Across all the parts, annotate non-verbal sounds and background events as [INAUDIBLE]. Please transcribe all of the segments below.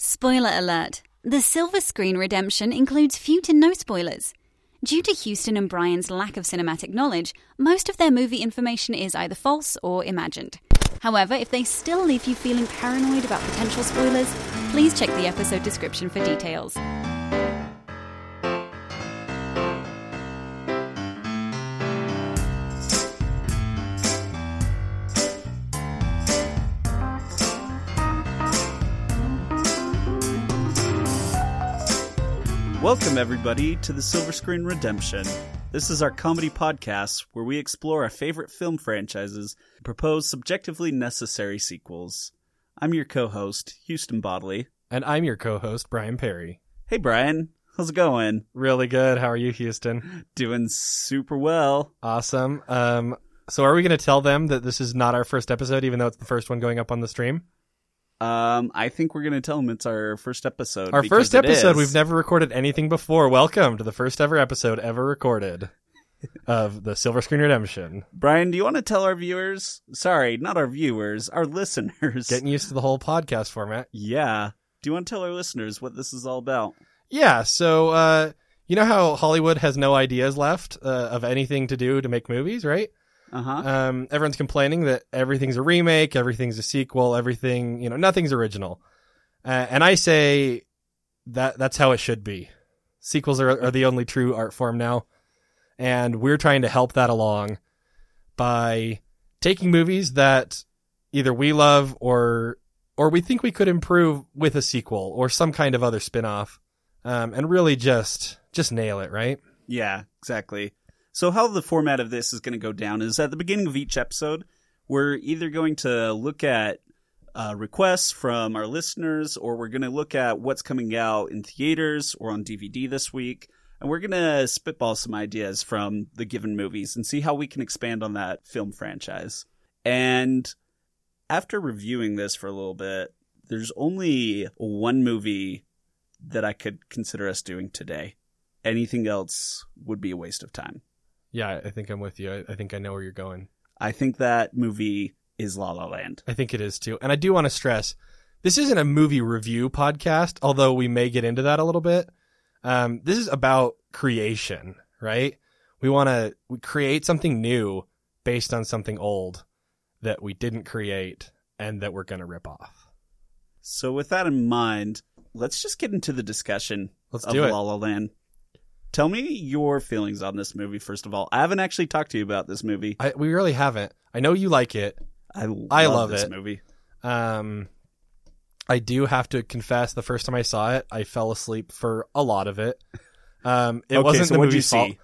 Spoiler alert The Silver Screen Redemption includes few to no spoilers. Due to Houston and Brian's lack of cinematic knowledge, most of their movie information is either false or imagined. However, if they still leave you feeling paranoid about potential spoilers, please check the episode description for details. Welcome, everybody, to the Silver Screen Redemption. This is our comedy podcast where we explore our favorite film franchises and propose subjectively necessary sequels. I'm your co host, Houston Bodley. And I'm your co host, Brian Perry. Hey, Brian, how's it going? Really good. How are you, Houston? Doing super well. Awesome. Um, so, are we going to tell them that this is not our first episode, even though it's the first one going up on the stream? Um, I think we're going to tell them it's our first episode. Our because first it episode. is. We've never recorded anything before. Welcome to the first ever episode ever recorded of the Silver Screen Redemption. Brian, do you want to tell our viewers? Sorry, not our viewers, our [LAUGHS] listeners. Getting used to the whole podcast format. yeah. Do you want to tell our listeners what this is all about? Yeah, so uh, you know how Hollywood has no ideas left uh, of anything to do to make movies, right? Uh huh. Um, everyone's complaining that everything's a remake, everything's a sequel, everything, you know, nothing's original. Uh, and I say that that's how it should be. Sequels are, are the only true art form now. And we're trying to help that along by taking movies that either we love or or we think we could improve with a sequel or some kind of other spin-off um, and really just just nail it, right? Yeah, exactly. So how the format of this is going to go down is at the beginning of each episode, we're either going to look at uh, requests from our listeners, or we're going to look at what's coming out in theaters or on DVD this week, and we're going to spitball some ideas from the given movies and see how we can expand on that film franchise. And after reviewing this for a little bit, there's only one movie that I could consider us doing today anything else would be a waste of time. Yeah, I think I'm with you. I, I think I know where you're going. I think that movie is La La Land. I think it is too. And I do want to stress this isn't a movie review podcast, although we may get into that a little bit. Um, this is about creation, right? We want to we create something new based on something old that we didn't create and that we're going to rip off. So, with that in mind, let's just get into the discussion Let's of do it. La La Land. Tell me your feelings on this movie, first of all. I haven't actually talked to you about this movie. I, we really haven't. I know you like it. I, I love this it. movie. Um, I do have to confess, the first time I saw it, I fell asleep for a lot of it. Um, it okay, wasn't so the what did you movie's fault, see?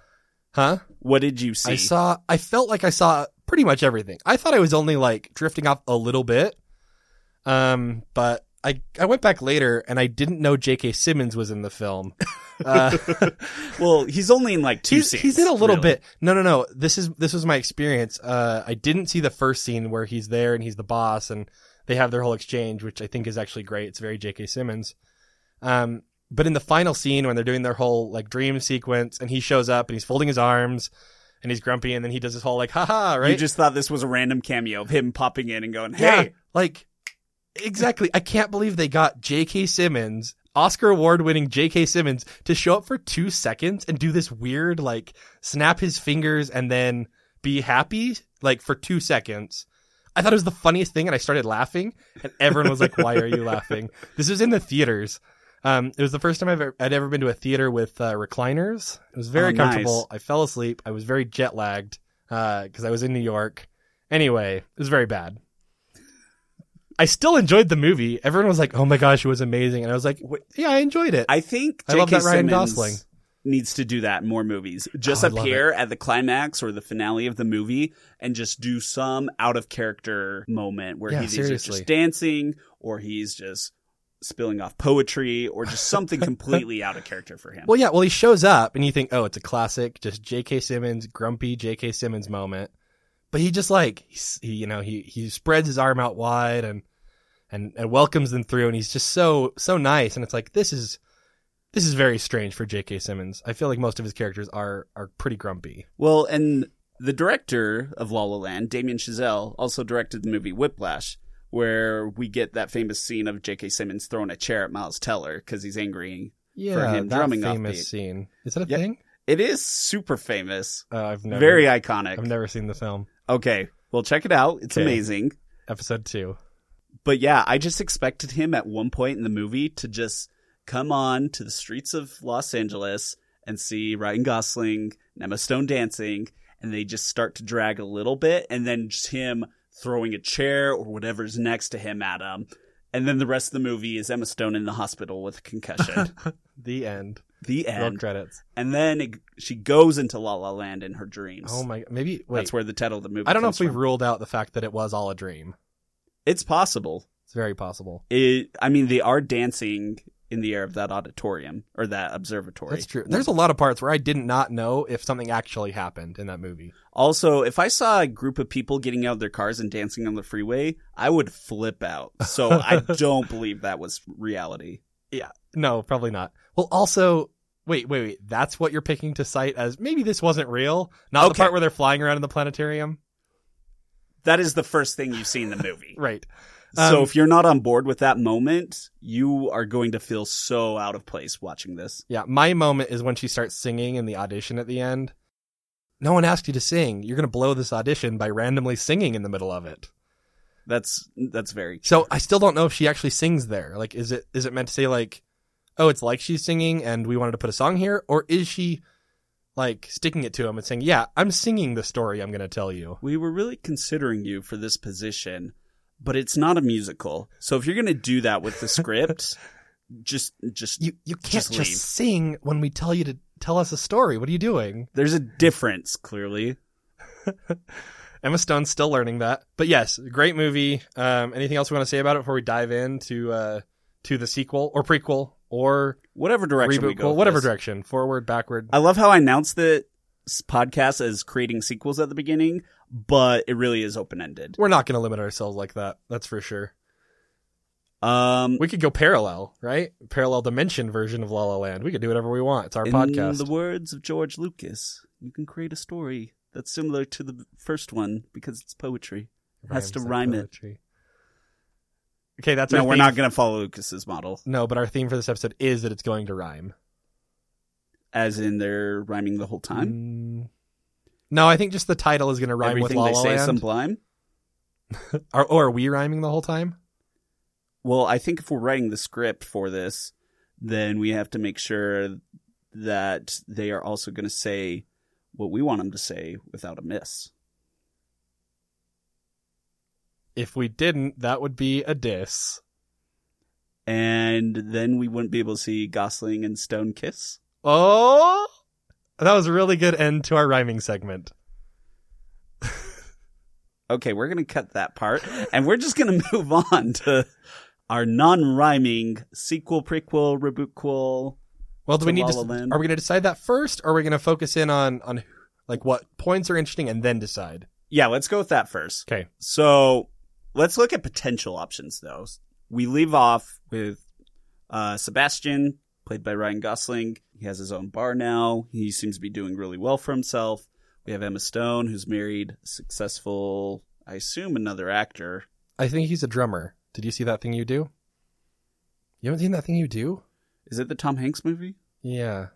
huh? What did you see? I saw. I felt like I saw pretty much everything. I thought I was only like drifting off a little bit, um, but I I went back later and I didn't know J.K. Simmons was in the film. Uh, well, he's only in like two he's, scenes. he's in a little really. bit. No, no, no. This is this was my experience. Uh, I didn't see the first scene where he's there and he's the boss and they have their whole exchange, which I think is actually great. It's very J.K. Simmons. Um, but in the final scene when they're doing their whole like dream sequence and he shows up and he's folding his arms and he's grumpy and then he does his whole like haha right You just thought this was a random cameo of him popping in and going, "Hey, yeah, like exactly. I can't believe they got J.K. Simmons, Oscar award winning J.K. Simmons, to show up for two seconds and do this weird like snap his fingers and then be happy like for two seconds. I thought it was the funniest thing, and I started laughing, and everyone was like, "Why are you laughing?" This was in the theaters. Um, it was the first time I've ever, I'd ever been to a theater with uh, recliners. It was very Oh, nice. comfortable. I fell asleep. I was very jet lagged because I was in New York. Anyway, it was very bad. I still enjoyed the movie. Everyone was like, "Oh my gosh, it was amazing," and I was like, Wait. "Yeah, I enjoyed it." I think I love J.K. that Ryan Simmons Gosling. needs to do that in more movies. Just Oh, I love appear at the climax or the finale of the movie and just do some out of character moment where Yeah, he's either seriously. just dancing or he's just spilling off poetry or just [LAUGHS] something completely out of character for him. well, yeah. Well, he shows up, and you think, "Oh, it's a classic, just J.K. Simmons, grumpy J.K. Simmons moment." But he just like he's, he, you know, he he spreads his arm out wide and and and welcomes them through, and he's just so so nice. And it's like this is this is very strange for J.K. Simmons. I feel like most of his characters are are pretty grumpy. Well, and the director of La La Land, Damien Chazelle, also directed the movie Whiplash, where we get that famous scene of J.K. Simmons throwing a chair at Miles Teller because he's angry. Yeah, him that drumming off famous beat. scene. Is that a Yeah. thing? It is super famous, Uh, I've never very iconic. I've never seen the film. Okay, well check it out. It's Okay. amazing. Episode two. But yeah, I just expected him at one point in the movie to just come on to the streets of Los Angeles and see Ryan Gosling and Emma Stone dancing, and they just start to drag a little bit, and then just him throwing a chair or whatever's next to him at him. And then the rest of the movie is Emma Stone in the hospital with a concussion. [LAUGHS] The end. the Roll end. credits. And then it, she goes into La La Land in her dreams. Oh my. Maybe wait. That's where the title of the movie. I don't know if comes we've from. ruled out the fact that it was all a dream. It's possible. It's very possible. it i mean they are dancing in the air of that auditorium or that observatory That's true. There's a lot of parts where I did not know if something actually happened in that movie. also if i saw a group of people getting out of their cars and dancing on the freeway i would flip out [LAUGHS] so i don't believe that was reality No, probably not. Well, also, wait, wait, wait. That's what you're picking to cite as maybe this wasn't real. Not the Okay. part where they're flying around in the planetarium. that is the first thing you see in the [LAUGHS] movie Right. so Um, if you're not on board with that moment you are going to feel so out of place watching this Yeah, my moment is when she starts singing in the audition at the end. No one asked you to sing. You're going to blow this audition by randomly singing in the middle of it. that's that's very So I still don't know if she actually sings there. Like, is it is it meant to say like, oh, it's like she's singing and we wanted to put a song here, or is she like sticking it to him and saying, yeah, I'm singing the story I'm going to tell you. we were really considering you for this position, but it's not a musical. So if you're going to do that with [LAUGHS] the script, just just You you can't Just just, leave. sing when we tell you to tell us a story. What are you doing? there's a difference clearly. Emma Stone's still learning that. But yes, great movie. Um, anything else we want to say about it before we dive into uh, to the sequel or prequel or Whatever direction we reboot? go, Well, with whatever this. direction, forward, backward. I love how I announced the s- podcast as creating sequels at the beginning, but it really is open ended. We're not going to limit ourselves like that. That's for sure. Um, We could go parallel, right? Parallel dimension version of La La Land. We could do whatever we want. It's our in podcast. the words of George Lucas, you can create a story that's similar to the first one because it's poetry. It has to Rhymes like rhyme it. poetry. Okay, that's No, our we're theme. not going to follow Lucas's model, No, but our theme for this episode is that it's going to rhyme. as in they're rhyming the whole time. Mm. No, I think just the title is going to rhyme Everything with La they La say is Land. sublime. Are, or are we rhyming the whole time? Well, I think if we're writing the script for this, then we have to make sure that they are also going to say what we want them to say without a miss. If we didn't, that would be a diss. And then we wouldn't be able to see Gosling and Stone kiss. Oh, that was a really good end to our rhyming segment. Okay, we're going to cut that [LAUGHS] part and we're just going to move on to our non rhyming sequel, prequel, rebootquel. Well, do we To need La to? La Land. Are we going to decide that first, or are we going to focus in on on like what points are interesting and then decide? Yeah, let's go with that first. Okay. So let's look at potential options, though. We leave off with uh, Sebastian, played by Ryan Gosling. He has his own bar now. He seems to be doing really well for himself. We have Emma Stone, who's married, successful, I assume, another actor. I think he's a drummer. Did you see that thing you do? You haven't seen that thing you do? Is it the Tom Hanks movie? Yeah.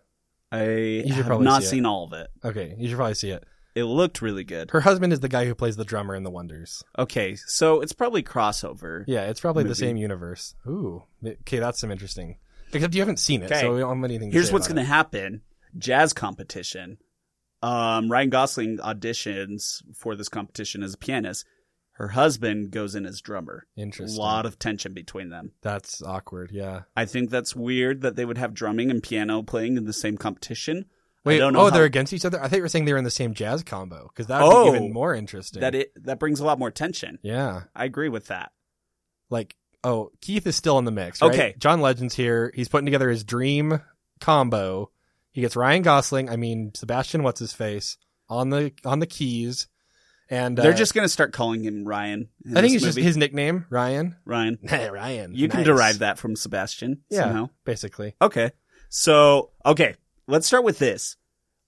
I should have probably not see it. seen all of it. Okay, you should probably see it. It looked really good. Her husband is the guy who plays the drummer in The Wonders. Okay, so it's probably crossover. Yeah, it's probably the Movie. same universe. Ooh. Okay, that's some interesting. Except you haven't seen it, Okay. so we don't have anything. To Here's say what's about going to happen: jazz competition. Um, Ryan Gosling auditions for this competition as a pianist. Her husband goes in as drummer. it. A Interesting. lot of tension between them. That's awkward. Yeah. I think that's weird that they would have drumming and piano playing in the same competition. I Wait. don't know oh, how- they're against each other. I think you were saying they were in the same jazz combo because that would Oh. be even more interesting. that it that brings a lot more tension. Yeah. I agree with that. Like, oh, Keith is still in the mix. Right? Okay. John Legend's here. He's putting together his dream combo. He gets Ryan Gosling. I mean, Sebastian. What's his face on the on the keys, and They're uh, just going to start calling him Ryan. in I think this it's just movie. his nickname, Ryan. [LAUGHS] Ryan. Ryan. You can derive that from Sebastian Yeah. somehow. basically. Okay. So, okay, let's start with this.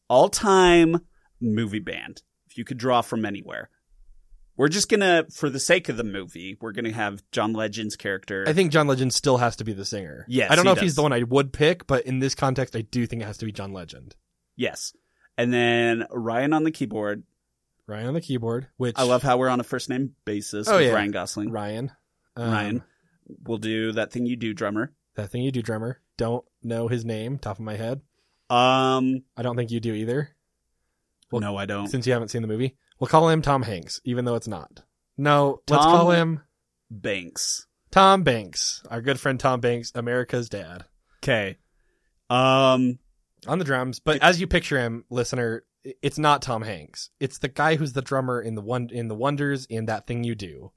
All time movie band, if you could draw from anywhere. We're just gonna, for the sake of the movie, we're gonna have John Legend's character. I think John Legend still has to be the singer. Yes, I he don't know if he's does. the one I would pick, but in this context, I do think it has to be John Legend. yes, and then Ryan on the keyboard. Ryan on the keyboard, which I love how we're on a first name basis Oh, with yeah. Um, Ryan Gosling. Ryan. Ryan. We'll do that thing you do, drummer. that thing you do, drummer. Don't know his name, top of my head. Um, I don't think you do either, Well, no, I don't. since you haven't seen the movie. We'll call him Tom Hanks, even though it's not. No, let's Tom- call him Banks. Tom Banks, our good friend Tom Banks, America's dad, Okay. Um, on the drums. But as you picture him, listener, i- it's not Tom Hanks. It's the guy who's the drummer in the one in the Wonders in that thing you do.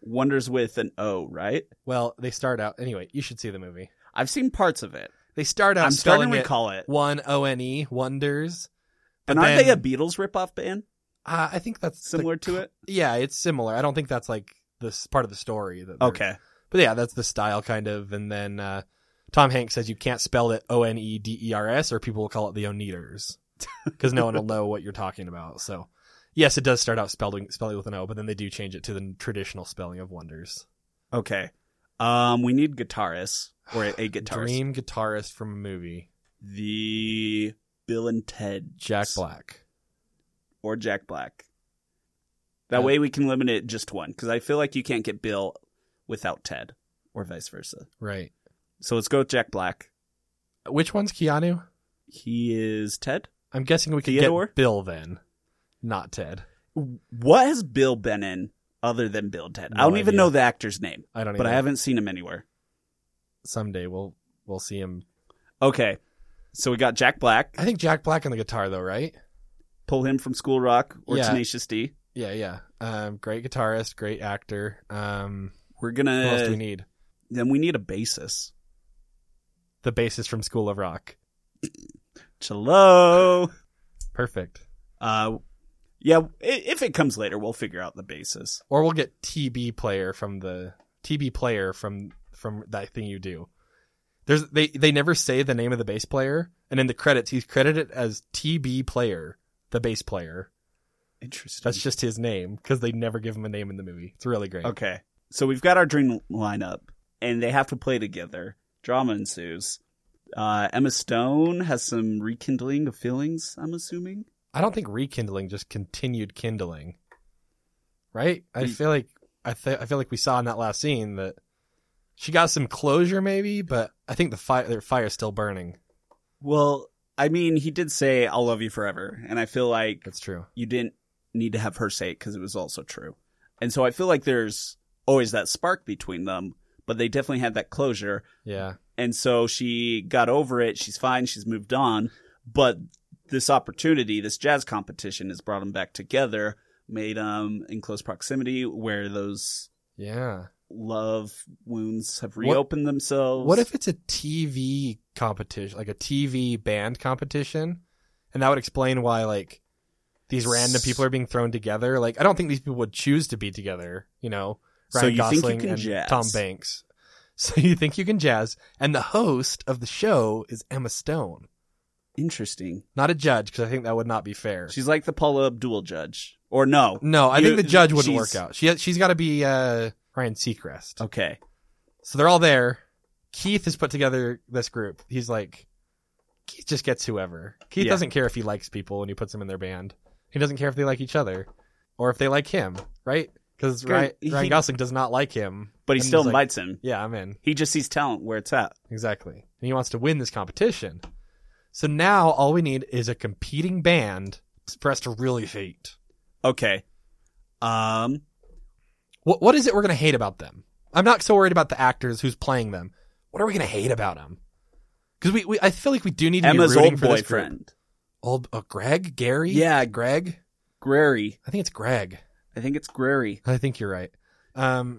wonders with an O, right? Well, they start out anyway. You should see the movie. I've seen parts of it. They start out I'm starting spelling to it recall it. one O N E Wonders. but And aren't then- they a Beatles ripoff band? Uh, I think that's the- Similar to it? Yeah, it's similar. I don't think that's like this part of the story. That they're- Okay. but yeah, that's the style kind of. And then uh, Tom Hanks says you can't spell it O N E D E R S, or people will call it [LAUGHS] the Oneaters because no one will know what you're talking about. So yes, it does start out spelling spelling with an O, but then they do change it to the traditional spelling of Wonders. Okay. Um, we need guitarists or a, [SIGHS] a guitarist. Dream guitarist from a movie, The Bill and Ted Jack Black. or Jack Black. That Uh, way we can limit it just one because I feel like you can't get Bill without Ted or vice versa. Right. So let's go with Jack Black. Which one's Keanu? He is Ted. I'm guessing we could Theodore? get Bill then, not Ted. What has Bill been in other than Bill and Ted? I No don't even idea. know the actor's name, I don't. but I either. haven't seen him anywhere. Someday we'll we'll see him. Okay. So we got Jack Black. I think Jack Black on the guitar though, right? Pull him from School Rock or Yeah. Tenacious D. Yeah, yeah. Um, great guitarist, great actor. Um, We're who else do we gonna need? then we need a bassist. The bassist from School of Rock. Chalo. Perfect. Uh, yeah. i- If it comes later, we'll figure out the basis. Or we'll get TB player from the TB player from from that thing you do. There's they they never say the name of the bass player, and in the credits he's credited as TB player, the bass player. Interesting. That's just his name because they never give him a name in the movie. It's really great. okay. So we've got our dream lineup, and they have to play together. Drama ensues. Uh, Emma Stone has some rekindling of feelings. I'm assuming. I don't think rekindling, just continued kindling. Right? I Ye- feel like I th- I feel like we saw in that last scene that she got some closure, maybe, but I think the fire their fire's still burning. Well, I mean, he did say "I'll love you forever," and I feel like That's true. you didn't need to have her say it because it was also true. And so I feel like there's always that spark between them, but they definitely had that closure. Yeah, And so she got over it. She's fine. She's moved on. But this opportunity, this jazz competition, has brought them back together, made them in close proximity where those yeah. love wounds have What- reopened themselves. What if it's a TV competition, like a TV band competition, and that would explain why like these random people are being thrown together? Like I don't think these people would choose to be together. You know, So Ryan you think you Gosling can and jazz. Tom Banks. So you think you can jazz, and the host of the show is Emma Stone, Interesting. not a judge, because I think that would not be fair. She's like the Paula Abdul judge. Or [LAUGHS] no. no, I You- think the judge wouldn't she's- work out. She she's got to be uh, Ryan Seacrest. Okay. So they're all there. Keith has put together this group. He's like, Keith just gets whoever. Keith Yeah. doesn't care if he likes people and he puts them in their band. He doesn't care if they like each other or if they like him, right? Because Good. Ryan, He- Gosling does not like him. But he And still he's like, invites him. Yeah, I'm in. He just sees talent where it's at. Exactly. And he wants to win this competition. So now all we need is a competing band for us to really hate. Okay. Um What, what is it we're going to hate about them? I'm not so worried about the actors who's playing them. What are we going to hate about them? Because we, we, I feel like we do need to Emma's be rooting old for this group. boyfriend. Old uh, Greg? Gary? Yeah. Greg? Grary. I think it's Greg. I think it's Grary. I think you're right. Um,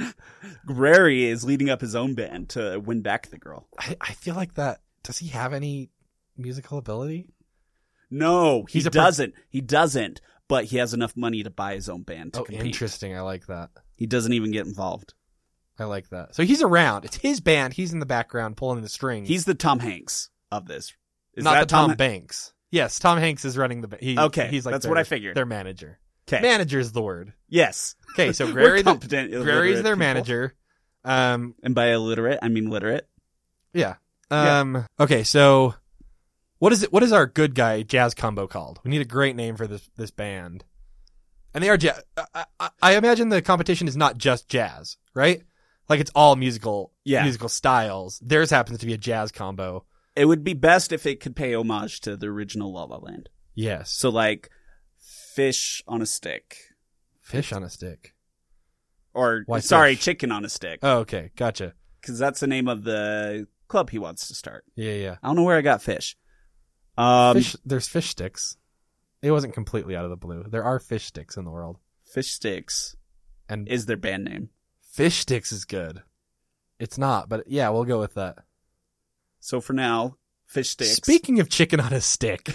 [LAUGHS] Grary is leading up his own band to win back the girl. I, I feel like that. Does he have any musical ability? No, he He's a pro- doesn't. he doesn't. But he has enough money to buy his own band to Oh, compete. interesting. I like that. He doesn't even get involved. I like that. So he's around. It's his band. He's in the background pulling the strings. He's the Tom Hanks of this. Is Hmm. not that the Tom, Banks. Yes, Tom Hanks is running the. ba- He, Okay, he's like that's their- what I figured. Their manager. Okay. Manager's the word. Yes. [LAUGHS] Okay, so Grary We're the, competent Grary's illiterate their people. manager. Um, And by illiterate, I mean literate. yeah. Yeah. Um, okay, so what is it? What is our good guy jazz combo called? We need a great name for this this band. And they are jazz. I, I, I imagine the competition is not just jazz, right? Like it's all musical, Yeah. musical styles. Theirs happens to be a jazz combo. It would be best if it could pay homage to the original La La Land. Yes. So like fish on a stick. Fish on a stick. Or Why sorry, fish? chicken on a stick. Oh, okay, gotcha. Because that's the name of the club he wants to start. Yeah, yeah. I don't know where I got fish. Um fish, fish, there's fish sticks. It wasn't completely out of the blue. There are fish sticks in the world, sticks and is their band name. fish sticks is good. It's not, but yeah, we'll go with that. So for now, fish sticks. Speaking of chicken on [LAUGHS] a stick.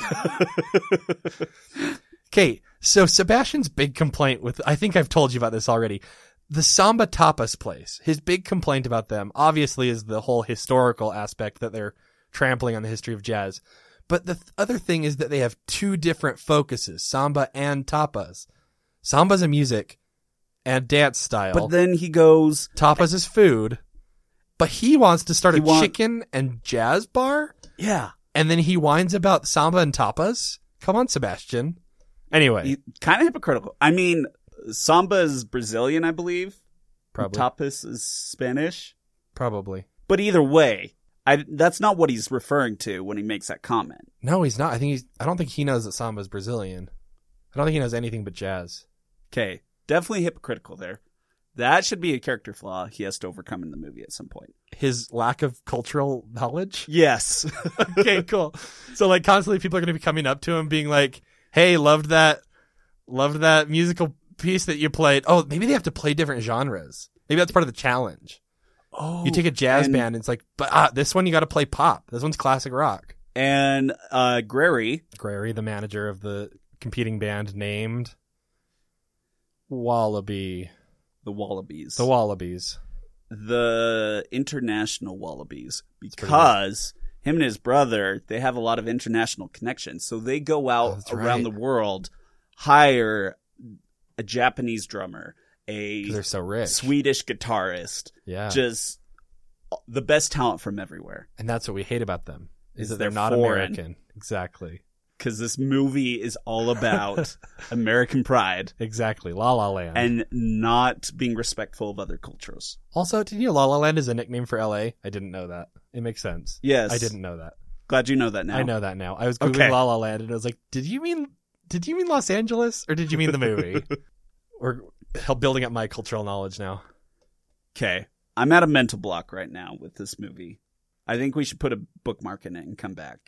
okay, so Sebastian's big complaint with I think I've told you about this already. The Samba Tapas place. His big complaint about them obviously is the whole historical aspect that they're trampling on the history of jazz. But the th- other thing is that they have two different focuses, samba and tapas. Samba's a music and dance style. But then he goes tapas is food. But he wants to start He a want- chicken and jazz bar? Yeah. and then he whines about samba and tapas. Come on, Sebastian. Anyway, Kind of hypocritical. I mean, samba is Brazilian, I believe. probably, Tapas is Spanish. probably. But either way, I, that's not what he's referring to when he makes that comment. No, he's not. I think he's. I don't think he knows that samba's Brazilian. I don't think he knows anything but jazz. Okay, definitely hypocritical there. That should be a character flaw he has to overcome in the movie at some point. His lack of cultural knowledge. Yes. [LAUGHS] okay, cool. So like constantly, people are going to be coming up to him, being like, "Hey, loved that, loved that musical piece that you played." Oh, maybe they have to play different genres. Maybe that's part of the challenge. oh, You take a jazz and- band, and it's like, but ah, this one you got to play pop. This one's classic rock. and uh, Grary Grary, the manager of the competing band named Wallaby. the Wallabies, The Wallabies. the international Wallabies, because him and his brother they have a lot of international connections, so they go Oh, out that's around right. the world, hire a Japanese drummer, 'cause a They're so rich. Swedish guitarist, Yeah. just the best talent from everywhere. and that's what we hate about them. Is Is that they're, they're not foreign. American. Exactly. Because this movie is all [LAUGHS] about American pride Exactly. La La Land. and not being respectful of other cultures. also, did you know La La Land is a nickname for LA? I didn't know that. It makes sense. Yes. I didn't know that. Glad you know that now. I know that now. I was googling Okay. La La Land and I was like, did you mean did you mean Los Angeles or did you mean the [LAUGHS] movie? We're building up my cultural knowledge now. Okay. I'm at a mental block right now with this movie. I think we should put a bookmark in it and come back.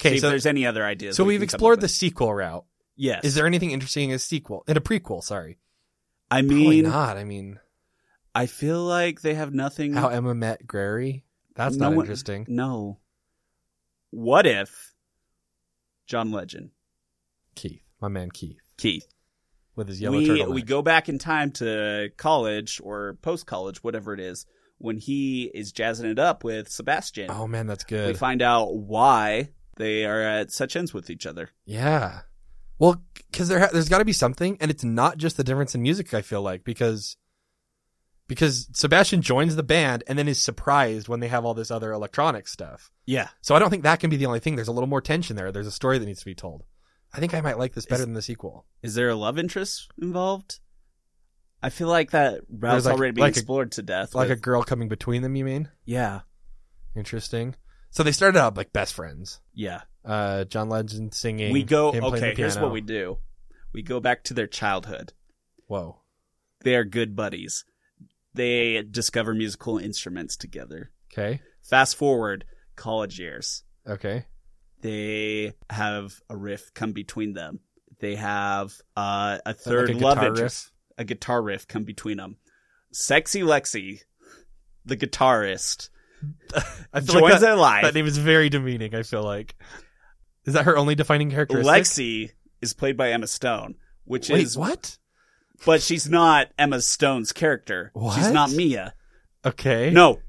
Okay, See so if there's any other ideas. So we we've can come up explored the with. sequel route. Yes. Is there anything interesting in a sequel? In a prequel, sorry. I Probably mean, not. I mean, I feel like they have nothing. how Emma met Grary. That's no not one- interesting. No. What if John Legend, Keith, my man Keith, Keith, with his yellow we, turtle. We go back in time to college or post college, whatever it is, when he is jazzing it up with Sebastian. Oh man, that's we good. find out why they are at such ends with each other. yeah. Well, because there ha- there's got to be something, and it's not just the difference in music. I feel like because because Sebastian joins the band and then is surprised when they have all this other electronic stuff. Yeah. So I don't think that can be the only thing. There's a little more tension there. There's a story that needs to be told. I think I might like this better Is- than the sequel. Is there a love interest involved? I feel like that route's There's like- already been like a- explored to death. Like a with- girl coming between them, you mean? yeah, Interesting. So they started out like best friends. yeah. Uh, John Legend singing. We go him playing the okay. Here's piano. what we do: we go back to their childhood. Whoa. They are good buddies. They discover musical instruments together. Okay. Fast forward college years. Okay. they have a riff come between them. They have uh, a Is that like third a love guitar interest, a guitar riff come between them. Sexy Lexi, the guitarist, riff? I feel joins like that, their life. that name is very demeaning. I feel like. Is that her only defining characteristic? Lexi is played by Emma Stone, which Wait, is, what? but she's not Emma Stone's character. She's What? not Mia. Okay. No,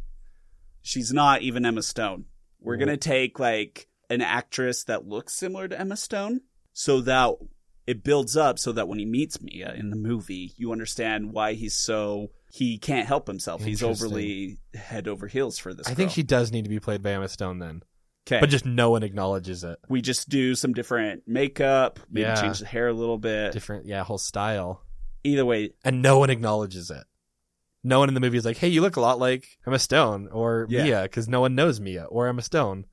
she's not even Emma Stone. We're gonna take like an actress that looks similar to Emma Stone, so that it builds up so that when he meets Mia in the movie, you understand why he's so he can't help himself. He's Interesting. overly head over heels for this. I think girl. she does need to be played by Emma Stone then, Okay. but just no one acknowledges it. we just do some different makeup, maybe Yeah. change the hair a little bit. Different, yeah, whole style, Either way, and no one acknowledges it. No one in the movie is like, "Hey, you look a lot like Emma Stone or Yeah. Mia," because no one knows Mia or Emma Stone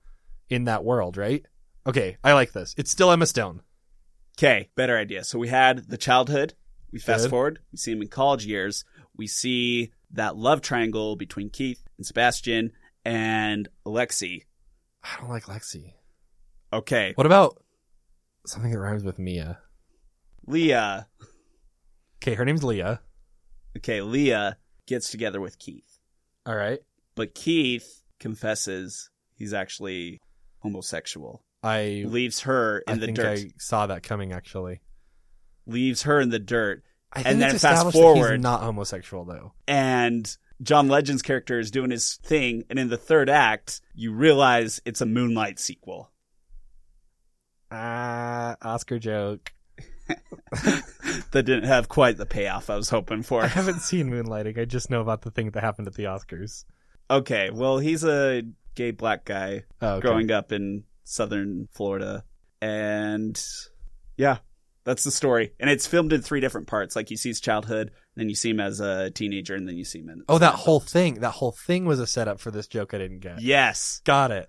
in that world, right? Okay, I like this. It's still Emma Stone. okay, better idea. So we had the childhood. We fast Good. forward. We see him in college years. We see that love triangle between Keith and Sebastian and Alexi. I don't like Lexi. Okay, What about something that rhymes with Mia? Leah. Okay, her name's Leah. Okay, Leah gets together with Keith. All right. But Keith confesses he's actually homosexual. I Leaves her in I the think dirt. I saw that coming actually. Leaves her in the dirt. I And think then it's fast established that forward- he's not homosexual though. And John Legend's character is doing his thing. And in the third act, you realize it's a Moonlight sequel. [LAUGHS] Ah, Oscar joke. That didn't have quite the payoff I was hoping I for. haven't seen Moonlighting. I just know about the thing that happened at the Oscars. Okay, well, he's a gay black guy Oh, okay. growing up in southern Florida. And yeah, that's the story. And it's filmed in three different parts. Like you see his childhood, then you see him as a teenager, and then you see him in. Oh, that whole thing. That whole thing was a setup for this joke I didn't get. Yes. Got it.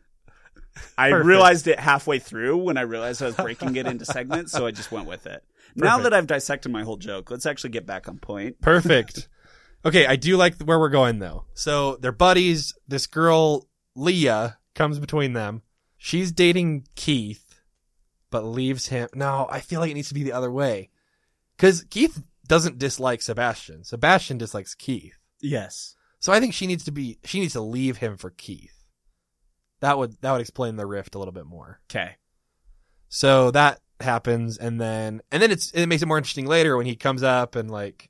I Perfect. realized it halfway through when I realized I was breaking it into segments, so I just went with it. Now Perfect. that I've dissected my whole joke, let's actually get back on point. Perfect. okay, I do like where we're going though. So they're buddies. This girl Leah comes between them. She's dating Keith, but leaves him. No, I feel like it needs to be the other way, because Keith doesn't dislike Sebastian. Sebastian dislikes Keith. Yes. So I think she needs to be. She needs to leave him for Keith. That would that would explain the rift a little bit more. Okay. So that happens, and then and then it's it makes it more interesting later when he comes up and like,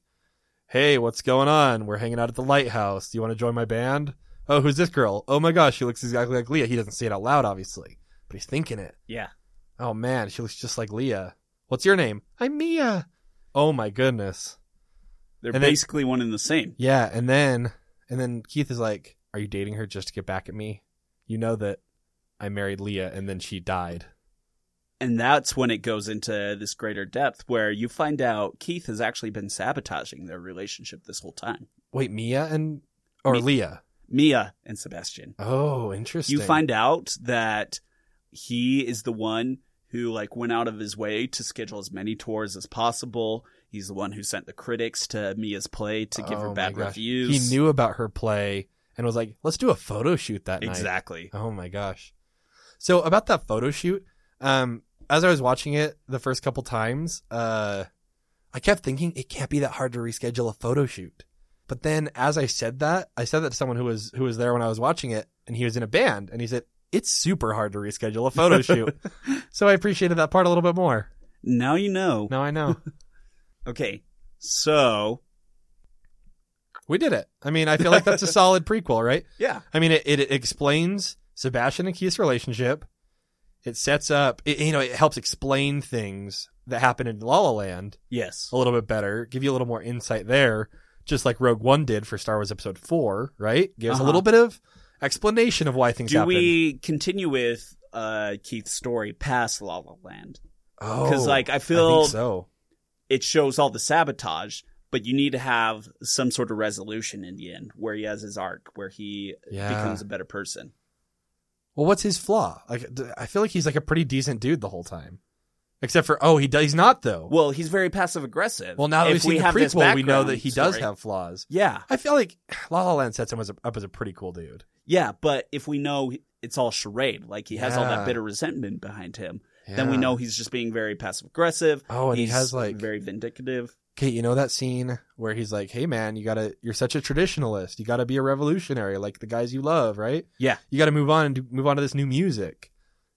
"Hey, what's going on? We're hanging out at the lighthouse. Do you want to join my band? Oh, who's this girl? Oh my gosh, she looks exactly like Leah. He doesn't say it out loud, obviously, but he's thinking it. Yeah. Oh man, she looks just like Leah. What's your name? I'm Mia. Oh my goodness. They're And then- basically one and the same. Yeah, and then and then Keith is like, "Are you dating her just to get back at me? You know that I married Leah and then she died." And that's when it goes into this greater depth where you find out Keith has actually been sabotaging their relationship this whole time. Wait, Mia and or Me- Leah? Mia and Sebastian. Oh, interesting. You find out that he is the one who like went out of his way to schedule as many tours as possible. He's the one who sent the critics to Mia's play to give Oh her my bad gosh. reviews. He knew about her play and was like, "Let's do a photo shoot that night." exactly. Oh my gosh. So about that photo shoot, um, as I was watching it the first couple times, uh, I kept thinking it can't be that hard to reschedule a photo shoot. But then as I said that, I said that to someone who was who was there when I was watching it, and he was in a band, and he said it's super hard to reschedule [LAUGHS] a photo shoot. so I appreciated that part a little bit more. Now you know. Now I know Okay, so we did it. I mean, I feel like that's a solid prequel, right? yeah, I mean, it, it explains Sebastian and Keith's relationship. It sets up, it, you know, it helps explain things that happen in La La Land yes, a little bit better, give you a little more insight there, just like Rogue One did for Star Wars Episode 4, right? Gives Uh-huh. a little bit of explanation of why things Do happen. we continue with uh, Keith's story past La La Land? Oh, 'Cause, like, I think feel- so. It shows all the sabotage, but you need to have some sort of resolution in the end where he has his arc, where he Yeah. becomes a better person. Well, what's his flaw? Like, d- I feel like he's like a pretty decent dude the whole time, except for oh, he does, he's not though. Well, he's very passive aggressive. Well, now that If we've seen the have this prequel, we know background that he does story- have flaws. Yeah, I feel like La La Land sets him as a, up as a pretty cool dude. yeah, but if we know it's all charade, like he has all that Yeah. bitter resentment behind him, then we Yeah. know he's just being very passive aggressive. Oh, and he he's has, like- very vindictive. Okay, you know that scene where he's like, "Hey, man, you gotta, you're such a traditionalist. You gotta be a revolutionary, like the guys you love, right? Yeah. You gotta move on and do, move on to this new music."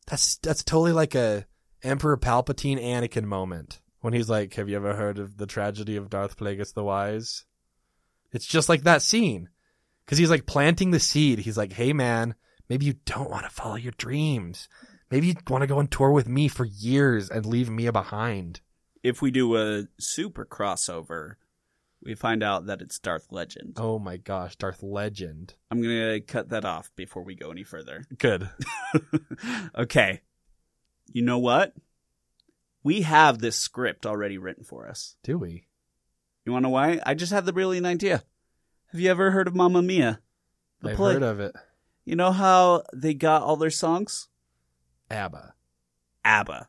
That's that's totally like a Emperor Palpatine Anakin moment when he's like, "Have you ever heard of the tragedy of Darth Plagueis the Wise?" It's just like that scene because he's like planting the seed. He's like, "Hey, man, maybe you don't want to follow your dreams. Maybe you want to go on tour with me for years and leave Mia behind." if we do a super crossover, we find out that it's Darth Legend. Oh my gosh, Darth Legend. I'm gonna cut that off before we go any further. [LAUGHS] Good. okay. You know what? We have this script already written for us. Do we? You wanna know why? I just had the brilliant idea. Have you ever heard of Mamma Mia? The I've play. heard of it. You know how they got all their songs? ABBA. ABBA.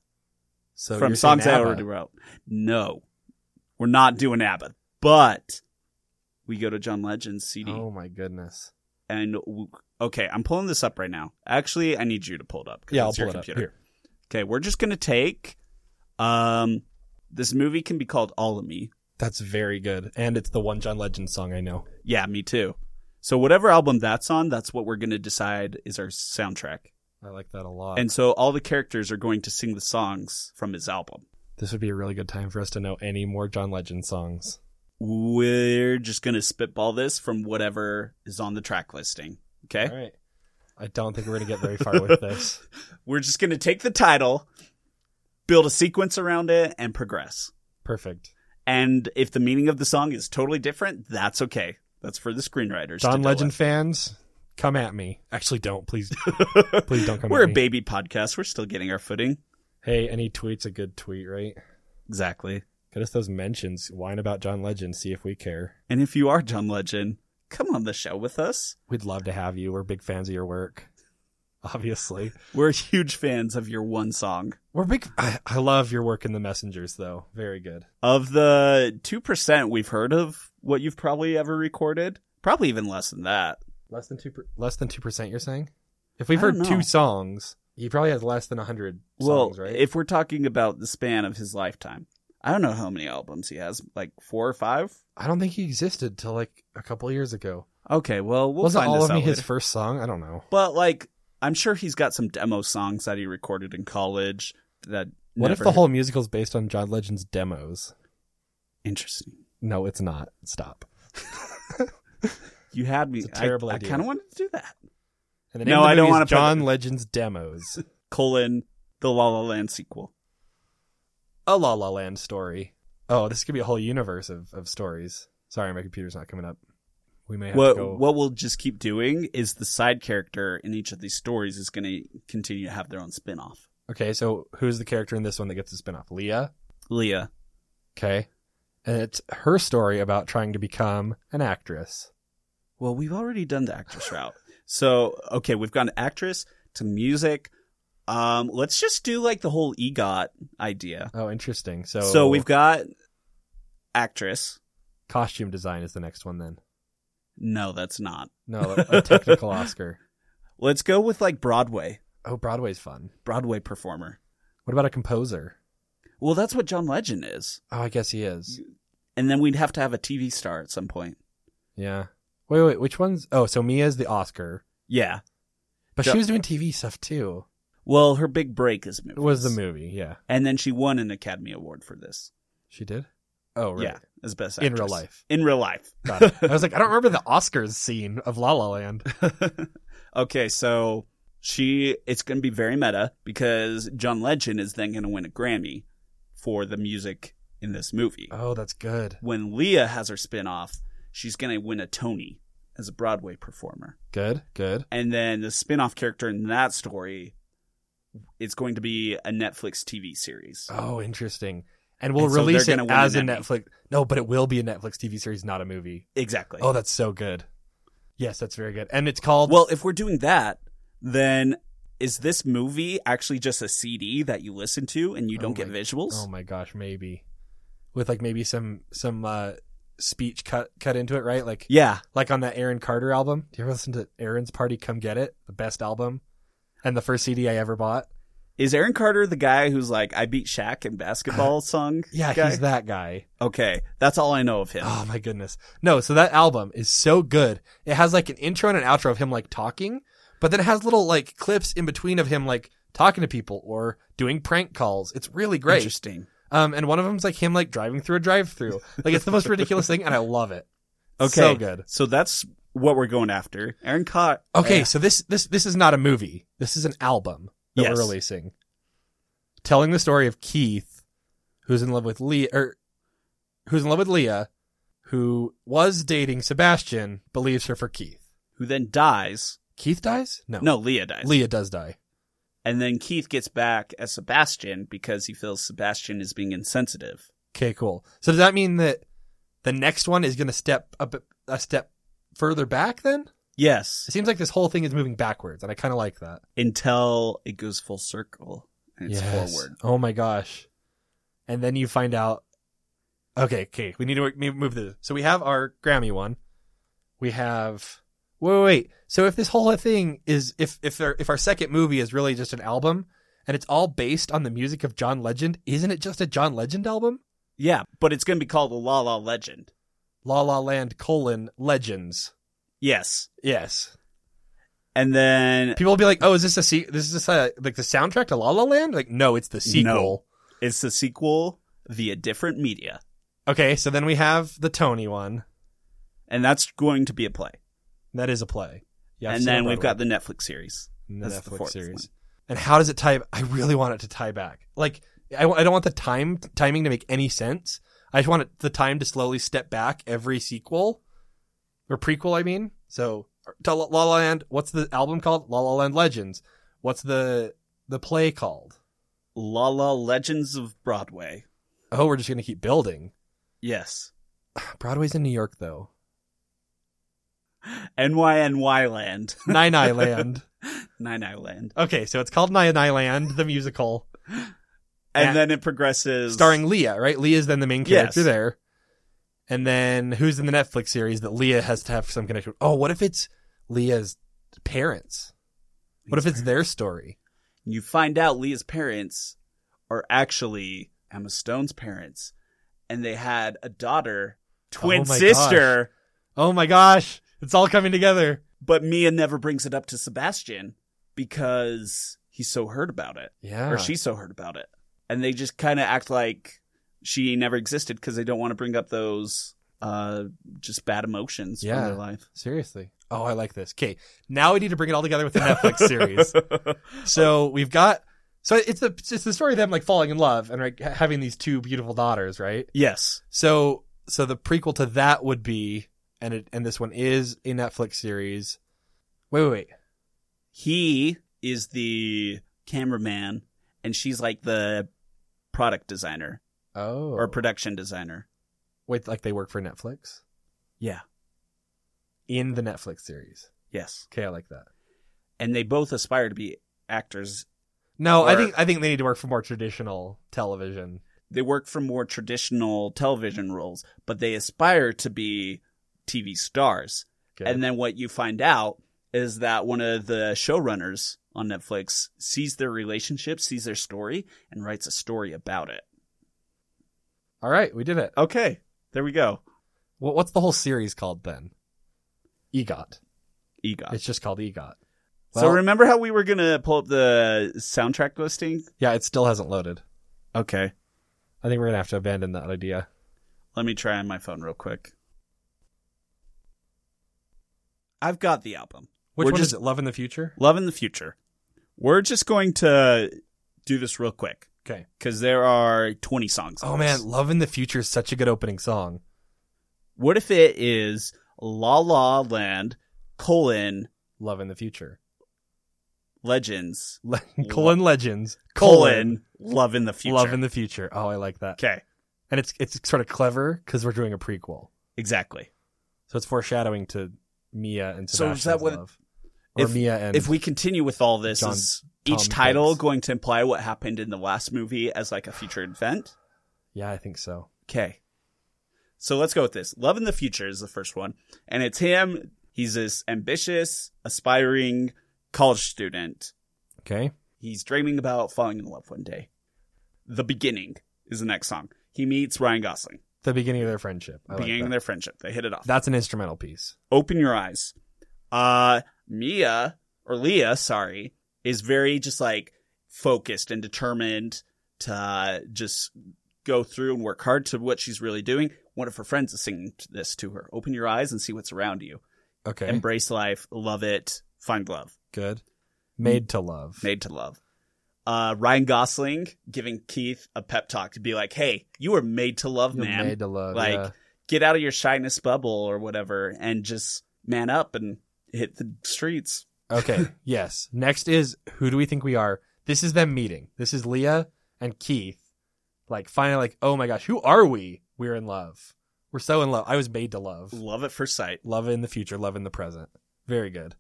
So from you're songs saying I ABBA. already wrote. No. We're not doing ABBA. But we go to John Legend's CD. Oh my goodness. And w- okay, I'm pulling this up right now. Actually, I need you to pull it up. 'cause Yeah, I'll it's your pull it up computer. here. Okay, we're just gonna take. Um, this movie can be called All of Me. That's very good, and it's the one John Legend song I know. Yeah, me too. So whatever album that's on, that's what we're gonna decide is our soundtrack. I like that a lot. And so all the characters are going to sing the songs from his album. this would be a really good time for us to know any more John Legend songs. We're just gonna spitball this from whatever is on the track listing. Okay. All right. I don't think we're gonna get very [LAUGHS] far with this. We're just gonna take the title, build a sequence around it, and progress. Perfect. And if the meaning of the song is totally different, that's okay. That's for the screenwriters. to John deal Legend with. fans, come at me. Actually, don't please. [LAUGHS] please don't come. We're at a me. baby podcast. We're still getting our footing. Hey, any tweet's a good tweet, right? Exactly. Get us those mentions. Whine about John Legend. See if we care. And if you are John Legend, come on the show with us. We'd love to have you. We're big fans of your work. [LAUGHS] Obviously, We're huge fans of your one song. we're big. I, I love your work in the messengers, though. Very good. Of the 2% we've heard of what you've probably ever recorded, probably even less than that. Less than two. Per- less than two percent. You're saying? If we've I don't heard know. two songs, he probably has less than a hundred well, songs, right? if we're talking about the span of his lifetime, I don't know how many albums he has, like four or five? I don't think he existed till like a couple of years ago. Okay, well, we'll Wasn't find all this of me out his later. first song? I don't know. But, like, I'm sure he's got some demo songs that he recorded in college that. What if never- the whole musical's based on John Legend's demos? Interesting. No, it's not. Stop. You had me. It's a terrible I, I idea. kind of wanted to do that. And No, I don't want wanna to. put- John Legend's demos. Colon, the La La Land sequel. a La La Land story. Oh, this could be a whole universe of, of stories. Sorry, my computer's not coming up. We may have What to go. what we'll just keep doing is the side character in each of these stories is going to continue to have their own spin off. Okay, so who's the character in this one that gets a spin-off? Leah. Leah. Okay. And it's her story about trying to become an actress. Well, we've already done the actress route. So, okay, we've gone actress to music. Um, let's just do like the whole EGOT idea. Oh, interesting. So so we've got actress. costume design is the next one then. No, that's not. No, a a [LAUGHS] technical Oscar. Let's go with like Broadway, Oh, Broadway's fun. Broadway performer. What about a composer? Well, that's what John Legend is. Oh, I guess he is. and then we'd have to have a TV star at some point. Yeah. Wait, wait, which one's Oh, so Mia's the Oscar. Yeah. But Jo- she was doing TV stuff too. Well, her big break is movies. It was the movie, yeah. and then she won an Academy Award for this. She did? Oh, right. Yeah, as best In real actress. life. In real life. [LAUGHS] Got it. I was like, I don't remember the Oscars scene of La La Land. okay, so she it's going to be very meta because John Legend is then going to win a Grammy for the music in this movie. Oh, that's good. When Leah has her spin-off, she's going to win a Tony as a Broadway performer. Good, good. And then the spin-off character in that story it's going to be a Netflix TV series. Oh, interesting. And we'll And so they're release it gonna win as a an Emmy. Netflix. No, but it will be a Netflix TV series, not a movie. Exactly. Oh, that's so good. Yes, that's very good. And it's called. Well, if we're doing that, then is this movie actually just a CD that you listen to and you Oh don't get my- visuals? Oh my gosh, maybe with like maybe some some uh speech cut cut into it, right? Like Yeah. like on that Aaron Carter album. Do you ever listen to Aaron's Party? Come get it, the best album, and the first CD I ever bought. Is Aaron Carter the guy who's like, I beat Shaq in [LAUGHS] basketball song? Yeah, guy? he's that guy. Okay. That's all I know of him. Oh my goodness. No, so that album is so good. It has like an intro and an outro of him like talking, but then it has little like clips in between of him like talking to people or doing prank calls. It's really great. Interesting. Um, and one of them's like him like driving through a drive-through. Like it's the most ridiculous thing, and I love it. Okay. so good. So that's what we're going after. Aaron eh, Carter. Okay, so this this this is not a movie. This is an album that Yes. we're releasing, telling the story of Keith, who's in love with Leah, or who's in love with Leah, who was dating Sebastian, but leaves her for Keith. who then dies. Keith dies? No. No, Leah dies. Leah does die. And then Keith gets back as Sebastian because he feels Sebastian is being insensitive. Okay, cool. So does that mean that the next one is going to step up a step further back then? Yes. It seems like this whole thing is moving backwards, and I kind of like that. Until it goes full circle and it's Yes. forward. Oh my gosh. And then you find out. Okay, okay. We need to mo- move this. So we have our Grammy one. We have. Wait, wait, wait. So if this whole thing is if if our, if our second movie is really just an album and it's all based on the music of John Legend, isn't it just a John Legend album? Yeah, but it's going to be called the La La Legend. La La Land colon Legends. Yes. Yes. And then People will be like, "Oh, is this a se- this is a, like the soundtrack to La La Land?" Like, no, it's the No. sequel. it's the sequel via different media. Okay, so then we have the Tony one. And that's going to be a play. That is a play. Yeah, I've and seen it then we've Broadway. got the Netflix series. And the That's the Netflix fourth series. one. And how does it tie? I really want it to tie back. Like I, wa- I don't want the time timing to make any sense. I just want it, the time to slowly step back every sequel or prequel. I mean, so to La La Land. What's the album called? La La Land Legends. What's the the play called? La La Legends of Broadway. Oh, we're just gonna keep building. Yes. Broadway's in New York though. NYNY Land. [LAUGHS] Nine Eye Land. Nine Eye Land. Okay, so it's called Nine Eye Land, the musical, And Yeah. then it progresses. starring Leah. Right, Leah's then the main Yes. character there. And then who's in the Netflix series that Leah has to have some connection? with? Oh, what if it's Leah's parents? What if it's their story? you find out Leah's parents are actually Emma Stone's parents, and they had a daughter, twin Oh my sister, Oh my gosh, it's all coming together. but Mia never brings it up to Sebastian because he's so hurt about it, Yeah, or she's so hurt about it. And they just kind of act like she never existed because they don't want to bring up those uh, just bad emotions Yeah. from their life. [LAUGHS] seriously. Oh, I like this. Okay, now we need to bring it all together with the Netflix [LAUGHS] series. So we've got so it's the it's the story of them like falling in love and like ha- having these two beautiful daughters, right? [LAUGHS] yes. So so the prequel to that would be and it, and this one is a Netflix series. Wait, wait, wait. He is the cameraman, and she's like the product designer. Oh, or production designer. wait, like they work for Netflix Yeah. in the Netflix series. Yes. Okay, I like that. And they both aspire to be actors. No, I Or- think I think they need to work for more traditional television. They work for more traditional television roles, but they aspire to be TV stars. Okay. And then what you find out is that one of the showrunners on Netflix sees their relationship, sees their story, and writes a story about it. all right, we did it. Okay. There we go. Wh- What's the whole series called then? EGOT. EGOT. It's just called EGOT. so well- remember how we were going to pull up the soundtrack listing? Yeah, it still hasn't loaded. Okay. I think we're gonna have to abandon that idea. Let me try on my phone real quick. I've got the album. Which We're one just- is it? Love in the Future. Love in the Future. We're just going to do this real quick Okay. because there are 20 songs. Oh on man, this. Love in the Future is such a good opening song. What if it is La La Land, colon, Love in the Future. legends, Le- [LAUGHS] colon legends. colon, love in the future? Love in the Future. Oh, I like that. Okay, And it's it's sort of clever because we're doing a prequel, exactly. so it's foreshadowing to Mia and So Sebastian's is that what- love. Or if- Mia and if we continue with all this, John- is Tom each title Hanks. going to imply what happened in the last movie as like a future event? yeah, I think so. Okay. So let's go with this. Love in the Future is the first one. And it's him. He's this ambitious, aspiring college student. Okay, He's dreaming about falling in love one day. The Beginning is the next song. He meets Ryan Gosling, the beginning of their friendship. I like beginning that. of their friendship. They hit it off. That's an instrumental piece. Open Your Eyes. Uh, Mia, or Leah, sorry, is very just like focused and determined to uh, just go through and work hard to what she's really doing. One of her friends is singing t- this to her. Open your eyes and see what's around you. Okay, Embrace life, love it, find love, good. Made to love. made to love. uh, Ryan Gosling giving Keith a pep talk to be like, "Hey, you were made to love, You're man. made to love. like yeah. get out of your shyness bubble or whatever, and just man up and hit the streets." [LAUGHS] Okay. yes. Next is who do we think we are? This is them meeting. This is Leah and Keith. Like finally, like oh my gosh, who are we? We're in love. We're so in love. I was made to love. Love at first sight. Love in the future. Love in the present. Very good.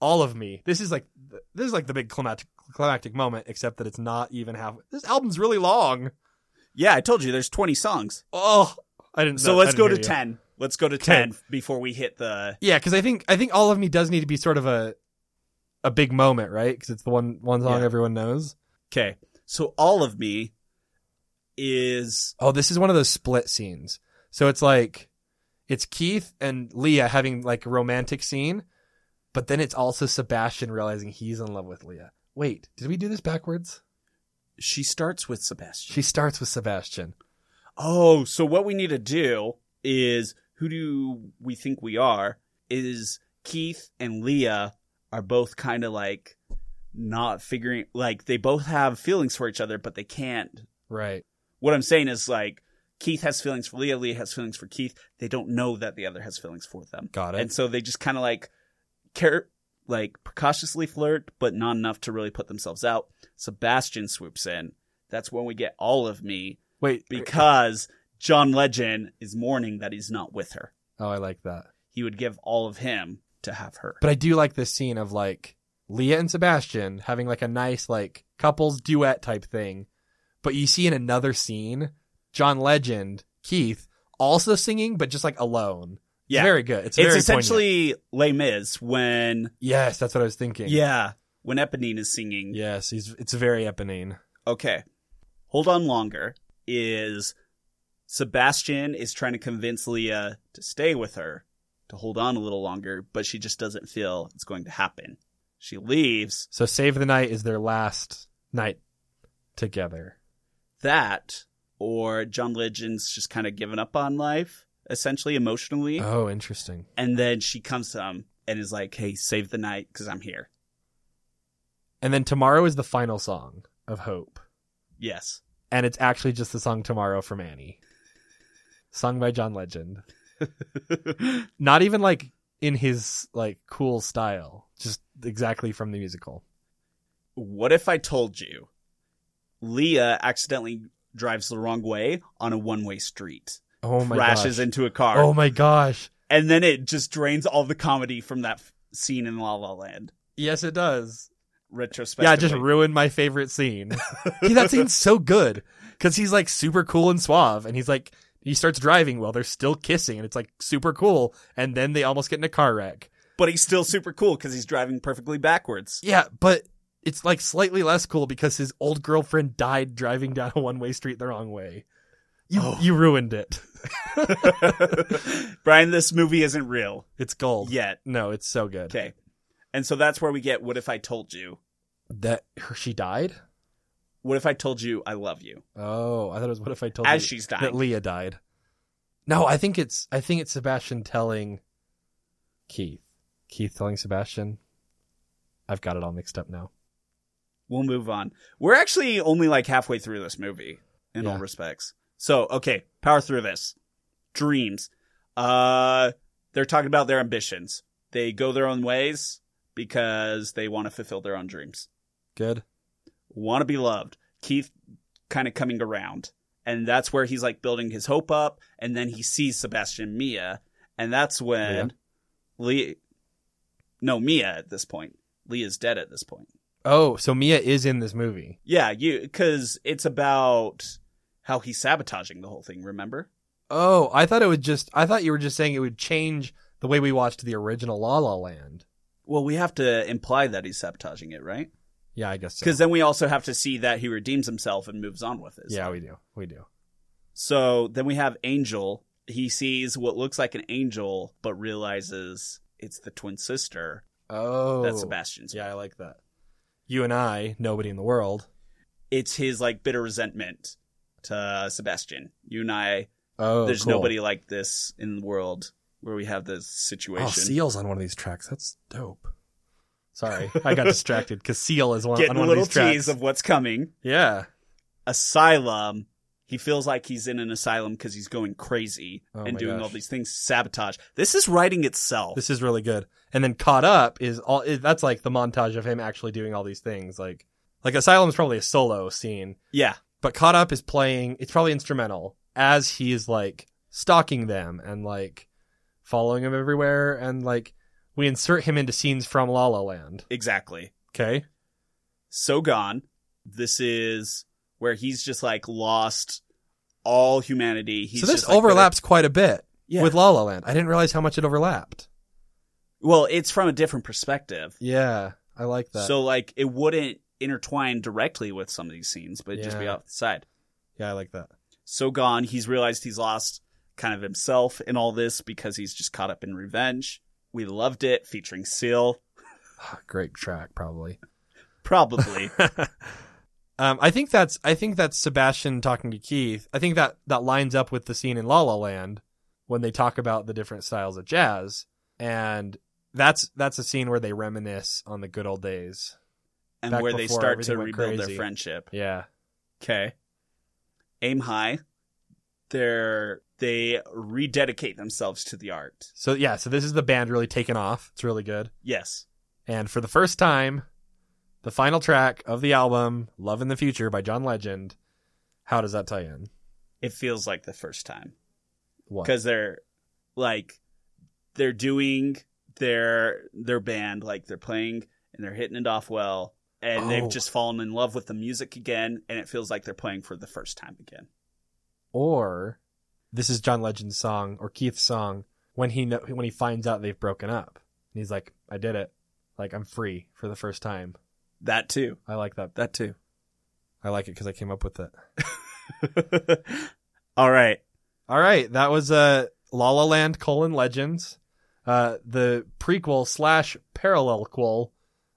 All of me. This is like this is like the big climactic climactic moment. Except that it's not even half. This album's really long. Yeah, I told you there's 20 songs. Oh, I didn't. So no, I let's didn't go hear to you. 10. Let's go to 10 before we hit the Yeah, because I think I think all of me does need to be sort of a a big moment, right? Because it's the one one song Yeah. everyone knows. Okay. So all of me is Oh, this is one of those split scenes. So it's like it's Keith and Leah having like a romantic scene, but then it's also Sebastian realizing he's in love with Leah. Wait, did we do this backwards? she starts with Sebastian. She starts with Sebastian. oh, so what we need to do is who do we think we are is Keith and Leah are both kind of like not figuring like they both have feelings for each other but they can't Right. what I'm saying is like Keith has feelings for Leah, Leah has feelings for Keith. They don't know that the other has feelings for them. Got it. And so they just kind of like care, like precautiously flirt, but not enough to really put themselves out. Sebastian swoops in. That's when we get all of me Wait. because John Legend is mourning that he's not with her. oh, I like that. He would give all of him to have her. But I do like this scene of like Leah and Sebastian having like a nice like couples duet type thing. But you see in another scene, John Legend, Keith, also singing, but just like alone. It's Yeah. very good. it's It's, very poignant. essentially Les Mis when, yes, that's what I was thinking. yeah, when Eponine is singing. yes, he's it's very Eponine. okay, hold on longer is Sebastian is trying to convince Leah to stay with her, to hold on a little longer, but she just doesn't feel it's going to happen. She leaves. So Save the Night is their last night together. That or John Legend's just kind of given up on life, essentially emotionally, Oh, interesting. and then she comes to him and is like, "Hey, save the night because I'm here." And then tomorrow is the final song of Hope. Yes. [LAUGHS] And it's actually just the song Tomorrow from Annie. Sung by John Legend. not even like in his like cool style just exactly from the musical what if I told you Leah accidentally drives the wrong way on a one-way street? oh my crashes gosh into a car. oh my gosh and then it just drains all the comedy from that f- scene in La La Land. yes it does Retrospectively. yeah it just ruined my [LAUGHS] favorite scene Dude, that scene's so good because he's like super cool and suave and he's like he starts driving while they're still kissing and it's like super cool and then they almost get in a car wreck but he's still super cool because he's driving perfectly backwards. [LAUGHS] yeah but it's like slightly less cool because his old girlfriend died driving down a one-way street the wrong way you, Oh. you ruined it Brian, this movie isn't real it's gold yet. no it's so good Okay. And so that's where we get What If I Told You? that her, she died. What If I Told You I Love You? Oh, I thought it was what if I told As you she's that dying. Leah died. No, I think it's I think it's Sebastian telling Keith. Keith telling Sebastian. I've got it all mixed up now. we'll move on. We're actually only like halfway through this movie in all Yeah. respects. So, okay, power through this. Dreams. Uh they're talking about their ambitions. They go their own ways because they want to fulfill their own dreams. Good. Want to be loved. Keith kind of coming around. And that's where he's like building his hope up and then he sees Sebastian Mia and that's when Leah No, Mia at this point. Leah's dead at this point. Oh, so Mia is in this movie. Yeah, you because it's about how he's sabotaging the whole thing. Remember? Oh, I thought it would just I thought you were just saying it would change the way we watched the original La La Land. Well, we have to imply that he's sabotaging it, right? Yeah, I guess so. Because then we also have to see that he redeems himself and moves on with it. Yeah, we do. We do. So then we have Angel. He sees what looks like an angel, but realizes it's the twin sister Oh. that's Sebastian's. Yeah, I like that. You and I, nobody in the world. It's his like bitter resentment to Sebastian. You and I. Oh, there's cool. nobody like this in the world where we have this Oh, situation. Seal's on one of these tracks. That's dope. Sorry, I got distracted because Seal is one, Getting on a one little of these tracks. tease of what's coming. yeah, Asylum. He feels like he's in an asylum because he's going crazy Oh and my doing gosh. all these things. Sabotage. This is writing itself. this is really good. And then caught up is all. It, that's like the montage of him actually doing all these things. Like, like Asylum is probably a solo scene, yeah. but caught up is playing. It's probably instrumental as he is like stalking them and like following them everywhere. And like we insert him into scenes from La La Land. Exactly. Okay, So gone. This is where he's just like lost all humanity. He's so this just, like, overlaps quite a bit Yeah. with La La Land. I didn't realize how much it overlapped. really- well, it's from a different perspective. Yeah, I like that. So like it wouldn't intertwine directly with some of these scenes, but it'd just be Yeah. off the side. yeah, I like that. So gone, he's realized he's lost kind of himself in all this because he's just caught up in revenge. We loved it, featuring Seal. Ah, Great track, probably. [LAUGHS] Probably. Um, I think that's I think that's Sebastian talking to Keith. I think that that lines up with the scene in La La Land when they talk about the different styles of jazz, and that's that's a scene where they reminisce on the good old days. and Back where they before start everything to went rebuild their crazy. friendship. Yeah, Okay. Aim high. They're they rededicate themselves to the art. So yeah, so this is the band really taking off. It's really good. Yes. And for the first time, the final track of the album, Love in the Future by John Legend. How does that tie in? It feels like the first time. What? because they're like they're doing their their band like they're playing and they're hitting it off well and Oh. they've just fallen in love with the music again and it feels like they're playing for the first time again or this is John Legend's song or Keith's song when he kno- when he finds out they've broken up and he's like, "I did it, like I'm free for the first time." that too I like that. that too [LAUGHS] I like it because I came up with it. all right All right, that was uh, La La Land colon Legends, uh, the prequel slash parallelquel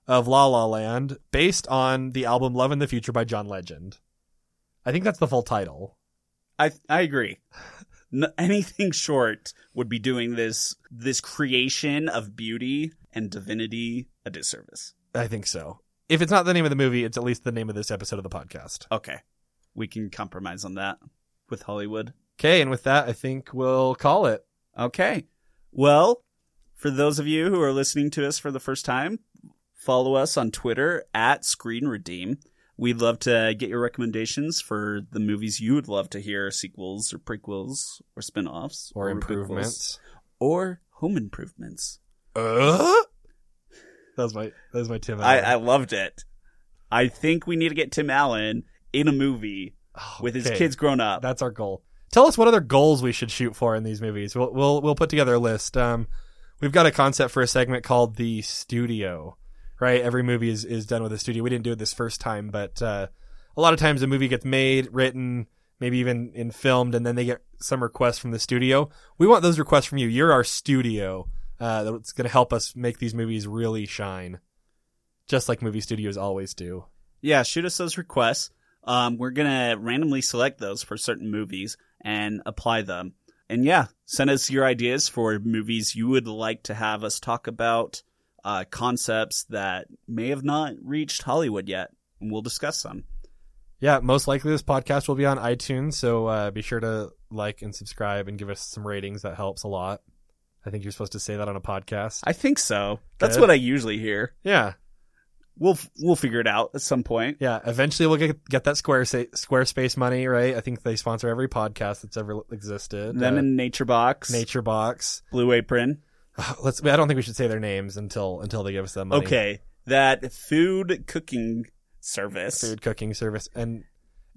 of La La Land, based on the album Love in the Future by John Legend. I think that's the full title. i i agree N anything short would be doing this this creation of beauty and divinity a disservice I think so. If it's not the name of the movie, it's at least the name of this episode of the podcast. okay we can compromise on that with hollywood Okay, and with that, I think we'll call it. Okay. Well, for those of you who are listening to us for the first time, follow us on Twitter at Screen Redeem. We'd love to get your recommendations for the movies you would love to hear sequels or prequels or spin offs Or requels, improvements. or home improvements. Uh? That was my that was my Tim. I, I Allen. loved it. I think we need to get Tim Allen in a movie Oh, with his okay. kids grown up. That's our goal. Tell us what other goals we should shoot for in these movies. We'll we'll we'll put together a list. Um, we've got a concept for a segment called the studio. Right, every movie is is done with a studio. We didn't do it this first time, but uh, a lot of times a movie gets made, written, maybe even in filmed, and then they get some requests from the studio. We want those requests from you. You're our studio. Uh, that's going to help us make these movies really shine, just like movie studios always do. Yeah, shoot us those requests. Um, we're gonna randomly select those for certain movies and apply them. And yeah, send us your ideas for movies you would like to have us talk about, uh, concepts that may have not reached Hollywood yet, and we'll discuss them. Yeah, most likely this podcast will be on iTunes, so uh, be sure to like and subscribe and give us some ratings. That helps a lot. I think you're supposed to say that on a podcast. I think so. That's Good. what I usually hear. yeah, We'll f- we'll figure it out at some point. yeah. Eventually, we'll get get that Square Squarespace money, right? I think they sponsor every podcast that's ever existed. Them Uh, in Nature Box, Nature Box. Blue Apron. [SIGHS] Let's. I don't think we should say their names until until they give us that money. Okay, that food cooking service. Food cooking service, and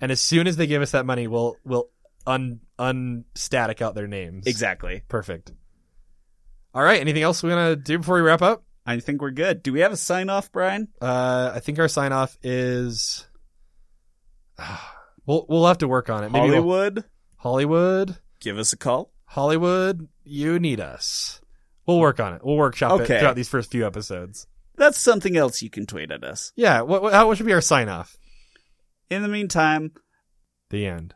and as soon as they give us that money, we'll we'll un unstatic out their names. Exactly. Perfect. All right. Anything else we want to do before we wrap up? I think we're good. Do we have a sign off, Brian? Uh, I think our sign off is. [SIGHS] we'll we'll have to work on it. Maybe we'll- Hollywood, Hollywood, give us a call. Hollywood, you need us. We'll work on it. We'll workshop Okay. it throughout these first few episodes. That's something else you can tweet at us. Yeah. What what, how, what should be our sign off? In the meantime, The end.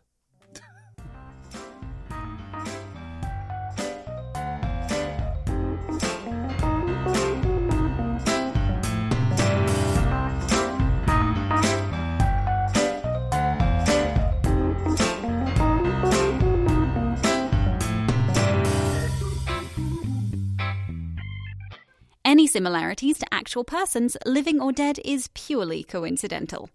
Any similarities to actual persons, living or dead, is purely coincidental.